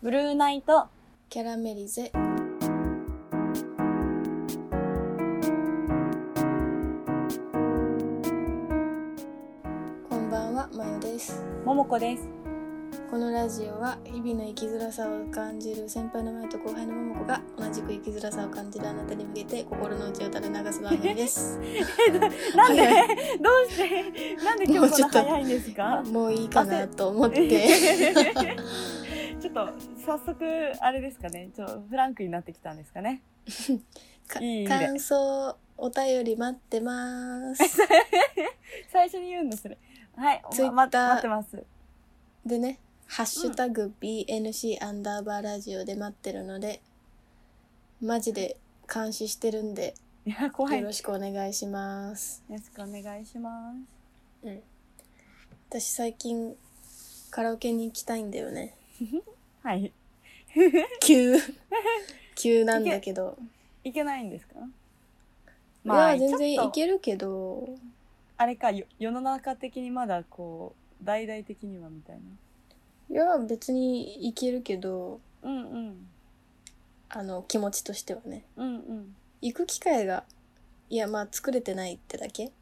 ブルーナイトキャラメリゼこんばんはまよですももこですこのラジオは日々の生きづらさを感じる先輩の前と後輩の桃子が同じく生きづらさを感じるあなたに向けて心の内を垂れ流す番組です なんで早どうしてなんで今日こんな早いんですかも ういいかなと思って ちょっと早速あれですかねちょっとフランクになってきたんですかねかいいね感想お便り待ってます最初に言うのそれはいおま Twitter 待ってますでね「ハッシュタグ #BNC アンダーバーラジオ」で待ってるのでマジで監視してるんでいや怖いよよろしくお願いします、ろしくお願いしますうん私最近カラオケに行きたいんだよ ねはい急急なんだけどいけないんですかいや全然ちょっいとけるけどあれかよ世の中的にまだこう大々的にはみたいいや別にいけるけどなうんうんあの気持ちとしてはねうんうん行く機会がいやまあ作れてないってだけ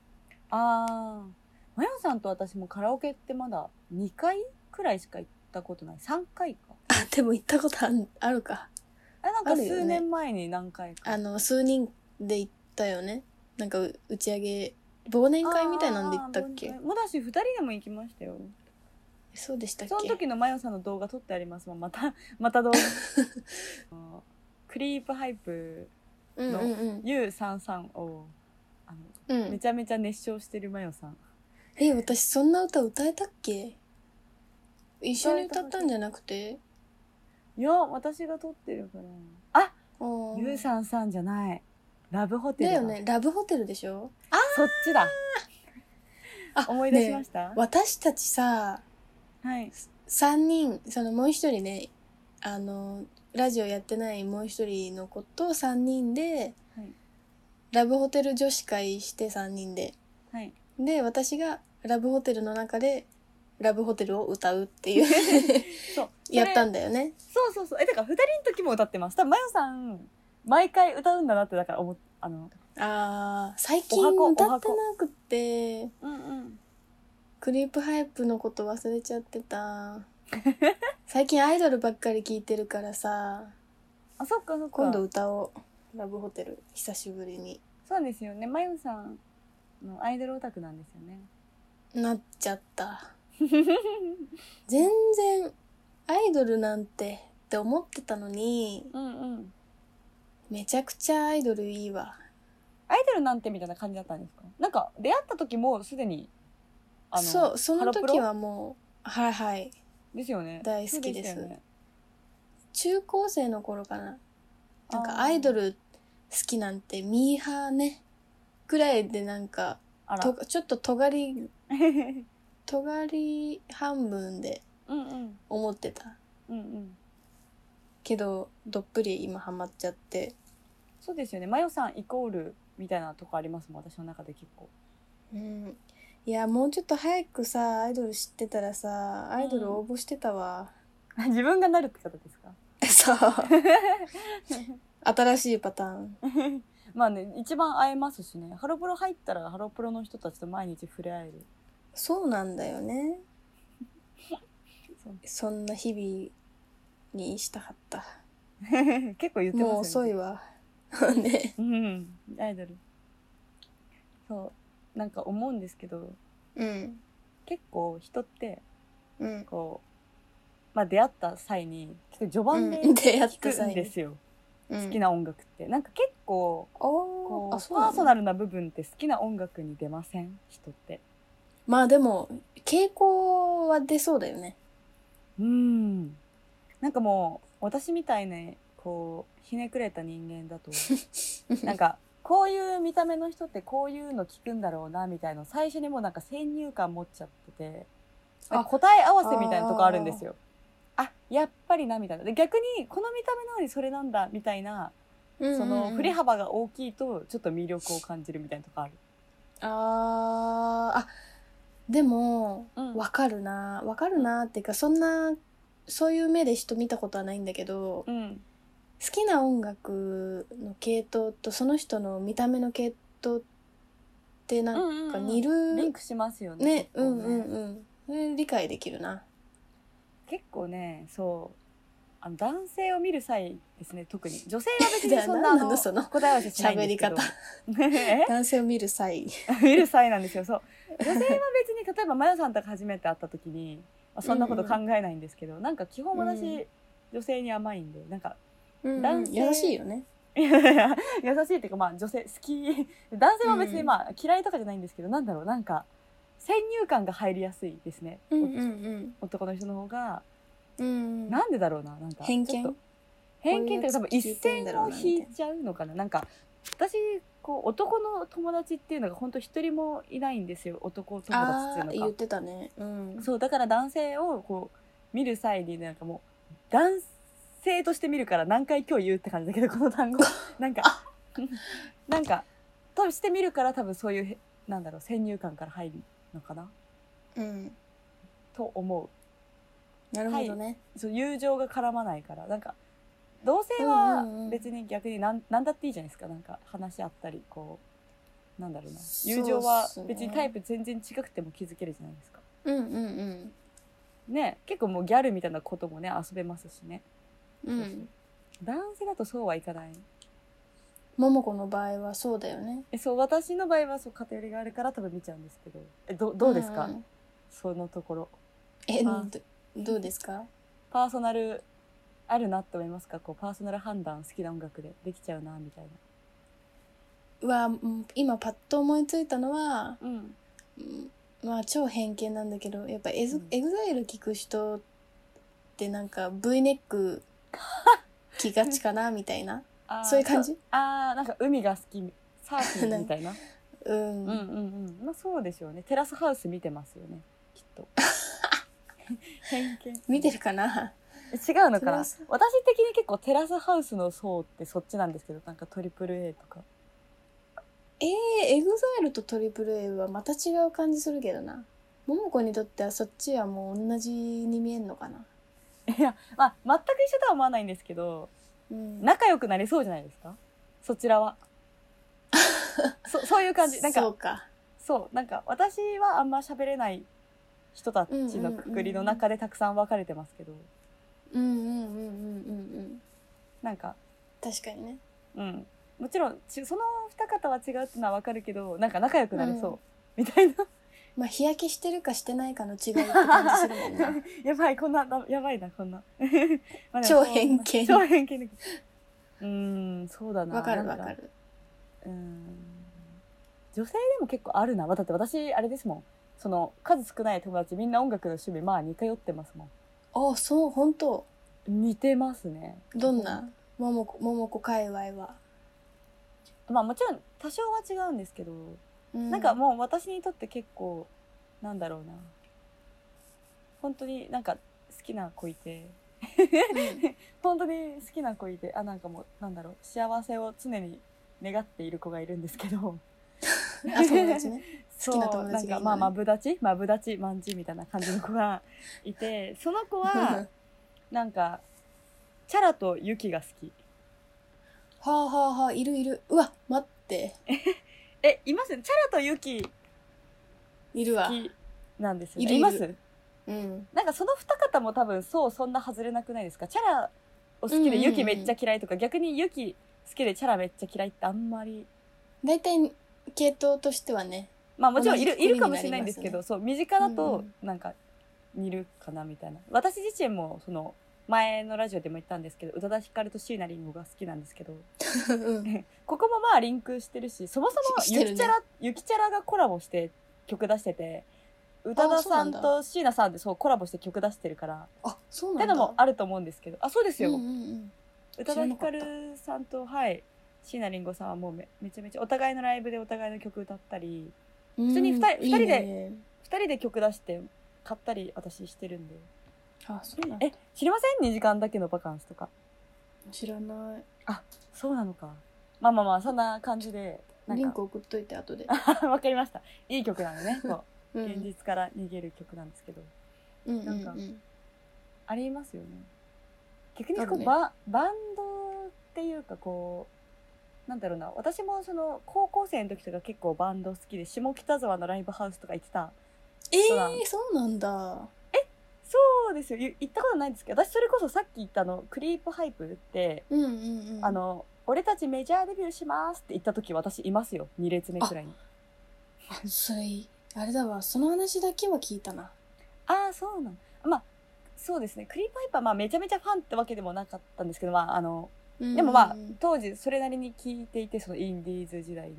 あーまやさんと私もカラオケってまだ2回くらいしか行ったことない3回かあでも行ったことあん あるかあなんかあるよね数年前に何回か、あの数人で行ったよねなんかう打ち上げ忘年会みたいなんで行ったっあけーもうだし2人でも行きましたよそうでしたっそのけ時のまよさんの動画撮ってありますもんまた また動画 あのクリープハイプうんうんうん U33 をあのうめんちゃめちゃ熱唱してるまよさんえ私そんな歌歌えたっけ一緒に歌ったんじゃなくていや私が撮ってるからああーゆうさんさんじゃないラブホテルだだよねラブホテルでしょそっちだあ思い出しまねした、え私たちさはい3人そのもう一人ねあのラジオやってないもう一人の子と3人で、はいラブホテル女子会して3人ではいで私がラブホテルの中でラブホテルを歌うっ ていう そうそれやったんだよねそうそうそうえだから2人の時も歌ってます多分まよさん毎回歌うんだなってだから思っあのあー最お近箱お歌箱ってなくてうんうんクリープハイプのこと忘れちゃって た最近アイドルばっかり聴いてるからさあそっかそっか今度歌おうラブホテル久しぶりにそうですよねまよさんのアイドルオタクなんですよねなっち ゃった全然アイドルなんてって思ってたのにうんうんめちゃくちゃアイドルいいわアイドルなんてみたいな感じだったんですかなんか出会った時もうすでにそうその時ハロプはもうはいはいロですよね大好きですそうしたよね中高生の頃かななんあかーアイドル好きなんてミーハーねぐらいでなんかあらとちょっと尖り うん尖り半分でうん思ってたうんうんけどどっぷり今ハマっちゃってそうですよねマヨさんイコールみたいなとこありますもん私の中で結構 うんいやもうちょっと早くさアイドル知ってたらさアイドル応募してたわ、あ自分がなるって方ですか そう新しいパターン まあね一番会えますしねハロプロ入ったらハロプロの人たちと毎日触れ合えるそうなんだよねそうそんな日々にしたかった 結構言ってますよねもう遅いわねうんアイドルそうなんか思うんですけどうん結構人ってうんこうまあ出会った際に結構序盤でうん出会っ聞た際くにんですよ、好好きな音楽ってなんか結構こおうーあそうパなーソのナルな部分って好きな音楽に出ません人ってまあでも傾向は出そうだよねうんなんかもう私みたいなこうひねくれた人間 だとなんかこういう見た目の人ってこういうの聞くんだろうなみたいな最初にもうなんか先入観持っちゃっててあなんか答え合わせみたいなとこあるんですよあやっぱりなみたいなで逆にこの見た目なのにそれなんだみたいなその振れ幅幅が大きいとちょっと魅力を感じるみたいなとこある、あーあでもうんわかるなわかるなっていうかそんなそういう目で人見たことはないんだけど、好うんきな音楽の系統とその人の見た目の系統ってなんうんかうん似る、リンクしますよねね結う構んうんうんそれ理解できるな結構ねそうあの男性を見る際ですね特に女性は別にそんなあ何なののその答え合わせしないんですけど 喋え男性を見る際見る際なんですよそう女性は別に例えばマヨさんとか初めて会った時にまあそんなこと考えないんですけど、なんか基本私、うん女性に甘いんでなんか うん男性優しいよね優しいっていうかまあ女性好き男性は別うにんまあ嫌いとかじゃないんですけど、なんだろうなんか先入観が入りやすいですね、うんうん男の人の方がうんうんなんでだろうななんか偏ちょっ見と偏見というか多こ分うい一うやつ聞いてん線だろをうな引いちゃうのかななんか私こう男の友達っていうのが本当一人もいないんですよ男友達っあていうのあが言ってたねうんそうだから男性をこう見る際になんかもう男性として見るから何回今日言うって感じだけどこの 単語なんか なんかとして見るから多分そういうへなんだろう先入観から入るのかなうんと思なるほどねうそう友情が絡まないからなんか同性うはんうんうん別に逆になんなんだっていいじゃないですかなんか話し合ったりこうなんだろうなそうっすね友情は別にタイプ全然違くても気づけるじゃないですかうんうんね結構もうギャルみたいなこともね遊べますしねうんうん男性だとそうはいかない桃子の場合はそうだよねえそう私の場合はそう偏りがあるから多分見ちゃうんですけどえどどうですか、んんそのところえあどどうですかパーソナルあるなって思いますかこうパーソナル判断好きな音楽でできちゃうなみたいなは、うん今パッと思いついたのは、うんうんまあ超偏見なんだけどやっぱエズ、うんエグザイル聞く人ってなんか V ネッ ク着がちかなみたいなあーそういう感じそあーなんか海が好 きサーフィンみたいなうん、うんうんうんまあそうでしょうねテラスハウス見てますよねきっ と偏見見てるかなえ違うのかテなラ私ス的に結構テラスハウスの層ってそっちなんですけどなんかトリプル a とかえー、エグザイルとトリプル a はまた違う感じするけどな桃子にとってはそっちはもう同じに見えんのかないや、まあ、全く一緒とは思わないんですけど、うん仲良くなりそうじゃないですかそち らは。そそういう感じ。なんか、そそううかなんか、私はあんま喋れない人たちのくくりの中でたくさん分かれてますけど、うんうんうんうんうんうんなんか、確かにねうん。もちろん、ちその二方は違うっていうのは分かるけど、なんか仲良くなれそう。みたいな。まあ日焼けしてるかしてないかの違いって感じするも んなやばい、こんな、なやばいな、こんな。 まあでも超偏見そう超偏見だけどうーん、そうだな。わかるなわんかるうーん女性でも結構あるなだって私あれですもんその数少ない友達みんな音楽の趣味まあ似通ってますもあそう本当ん似てますねどんな桃子桃子界隈は、まあもちろん多少は違うんですけど、うなん かもう私にとって結構なんだろうな本当になんか好きな子いてうん 本当に好きな子いてあなんかもうなんだろう幸せを常に願っている子がいるんですけどあ友 達ね 好きなそう友達がいるのねなんかまあマブダチマブダチマンジみたいな感じの子がいてその子 はなんかチャラとユキが好きはあはあはあいるいるうわ待ってえいますチャラとユキいるわ好きなんですよねいるいるいますうんなんかその二方も多分そうそんな外れなくないですかチャラを好きうんうんうでんユキめっちゃ嫌いとか、逆にユキ好きでチャラめっちゃ嫌いってあんまり大体系統として はねまあもちろんい同るじいる組にかもなりますねしれないんですけどそう身近だうとんなんか似るかなみたいな、私自身もその前のラジオでも言ったんですけど宇多田ヒカルと椎名林檎が好きなんですけどうんここもまあリンクしてるしそもそもししてゆるねきちゃら、ゆきちゃらがコラボして曲出してて宇多田さんそうなと椎名さんでそうコラボして曲出してるからあそうっなてんだのもあると思うんですけどあそうですよ、うんうんうん宇多田ヒカルさんとはい椎名林檎さんはもうめめちゃめちゃお互いのライブでお互いの曲歌ったり普通に二人二人でで2人で曲出して買ったり私してるんであそうなんだえ知りません2時間だけのバカンスとか知らないそうなのかまあまあまあそんな感じでなんリンかク送っといて後で わかりましたいい曲なのねそううん現実から逃げる曲なんですけどうんうんうなんんありますよね逆にあこるう、ねババンドっていうかこうなんだろうな私もその高校生の時とか結構バンド好きで下北沢のライブハウスとか行ってたえそうだー、そうなんだ。そうですよゆ行ったことないんですけど私それこそさっき言ったあのクリープハイプって、うんうんうん。あの俺たちメジャーデビューしますって言った時私いますよ2列目くらいにそれあれだわその話だけは聞いたなああそうなんまあそうですねクリーパイパーまあめちゃめちゃファンってわけでもなかったんですけどまああのででもまあ当時それなりに聞いていてそのインディーズ時代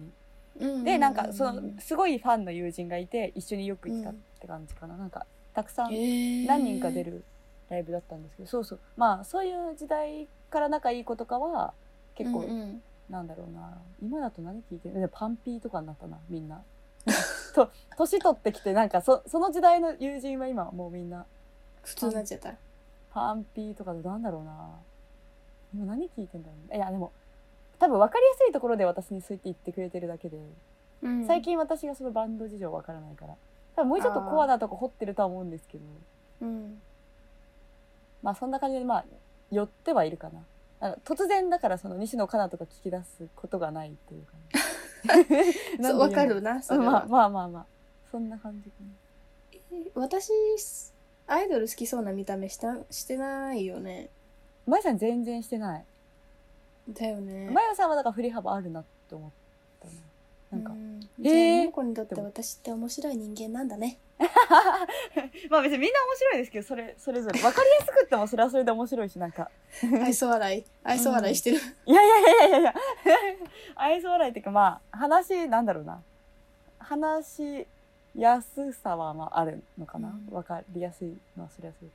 にでなんかそのすごいファンの友人がいて一緒によく行ってたって感じかななんかたくさん何何人か出るライブだったんですけどそうそうまあそういう時代から仲いい子とかは結構なんだろうな今だと何聞いてるでパンピーとかになったなみんな と年取ってきてなんかそその時代の友人は今もうみんな普通になっちゃったパンピーとかでなんだろうな今何聞いてんだろういやでも多分分かりやすいところで私にそうやって言ってくれてるだけで、最近私がそのバンド事情分からないから多分もうちょっとコアなとこ掘ってるとは思うんですけどうんまあそんな感じでまあ寄ってはいるかなあの突然だからその西野カナとか聞き出すことがないっていうか、ね そうわかるなそれまあはまあまあまあそんな感じかな私アイドル好きそうな見た目したしてないよねまやさん全然してないだよねまやさんはだから振り幅あるなって思ったななんかう、んえーじゃああの子にとって私って面白い人間なんだねまあ別にみんな面白いですけどそれそれぞれ分かりやすくってもそれはそれで面白いしなんか愛想笑い愛想笑いしてるいやいやいやいやい や愛想笑いっていうかまあ話なんだろうな話しやすさはまああるのかな、うん分かりやすいのはそれはそれで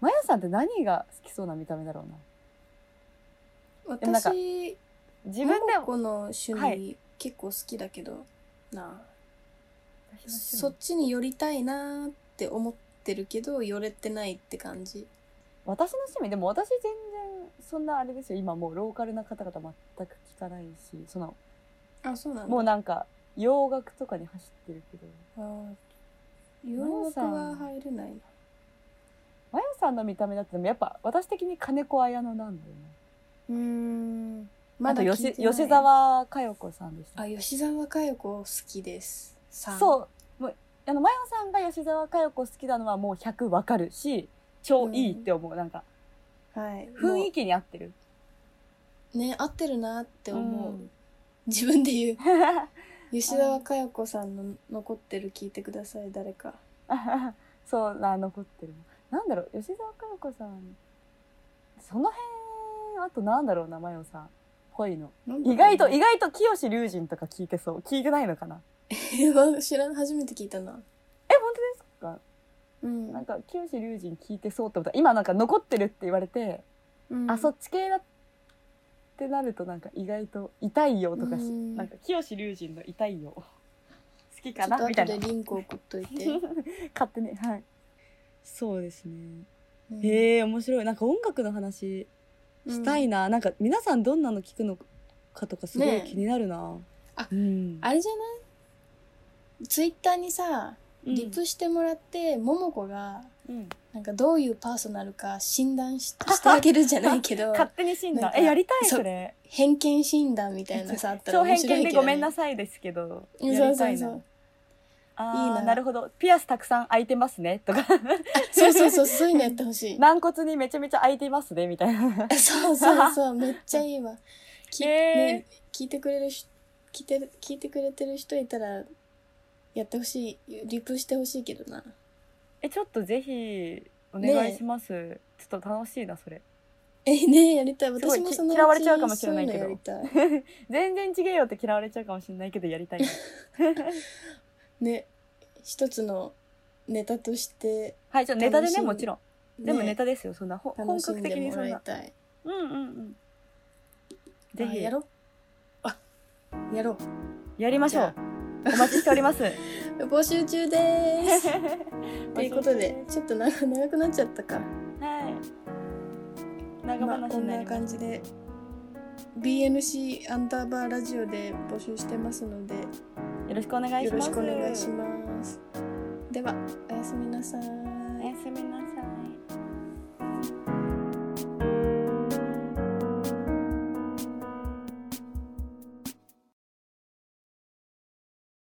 まやさんって何が好きそうな見た目だろうなでもなんか私自自分でこの趣は味結構好きだけどなあそそっちに寄りたいなーって思ってるけど寄れてないって感じ私の趣味でも私全然そんなあれですよ今もうローカルな方々全く聞かないしそのあそうなんだもうなんか洋楽とかに走ってるけどあー洋楽は入れないなまやさんの見た目だってでもやっぱ私的に金子綾乃なんだよねうーんあまとだ聞吉いてない吉沢佳代子さんでしたあ吉沢佳代子好きですうそうもうあのまやさんが吉沢佳代子好きなのはもう100わかるし超いいって思う、なんかはい雰囲気に合ってる気ね合ってるなって思う、うん自分 で言う吉あ沢ー佳代子さんの残ってる聞いてください誰か そうな残ってるのなんだろう吉沢佳代子さんその辺あとなんだろうなまよさんっぽいの意外と意外と清志隆人とか聞いてそう聞いてないのかな外知らん初めて聞いたえな本当ですかうんなんか清志隆人聞いてそうって思った今なんか残ってるって言われてうんあそっち系だってなるとなんか意外と「痛いよ」とかし、うんなんか清志隆人の「痛 いよ」好きちょかっとなみた後いなでリンク送っとい て勝手にはいそうですねうんへえ面白いなんか音楽の話したいな、なんか皆さんどんなの聞くのかとかすごいねえ気になるな、あうんあれじゃないツイッターにさうんリプしてもらって、ももこがうんなんかどういうパーソナルか診断ししてあげるじゃないけ ど勝手に診な断んかえやりたいそうそれ偏見診断みたいなさあったら超面偏白い見けでど、ごね、めんなさいですけどうんやりたいなそうそうそうあーいいななるほどピアスたくさん開いてますねとかそうそうそうそういうのやってほ しい軟骨にめちゃめちゃ空いていますねみたいなそうそうそうめっちゃいいわ聞,、 へね、聞いてくれるし聞いてる聞いてくれてる人いたらやってほしいリプしてほしいけどな えちょっとぜひお願いします、ちょっと楽しいなそれえねやりたいすごい私もそのうち嫌われちゃうかもしれないけどそううのやりたい 全然違えよって嫌われちゃうかもしれないけどやりたいなね一つのネタとして、 はいちょっとネタで楽しねみもちろんねでもネタですよそんなほ本楽し格ん的でにもそらんいなたいうんうんうんぜあひやろうあやろうやりましょじうゃお待ちしており ます募集中でーす ということではちょっと長長くなっちゃったか、い長まあ、話こにんななります、感じで BNC アンダーバーラジオで募集してますのでよろしくお願いよしまろすしくお願いしますではおやすみなさい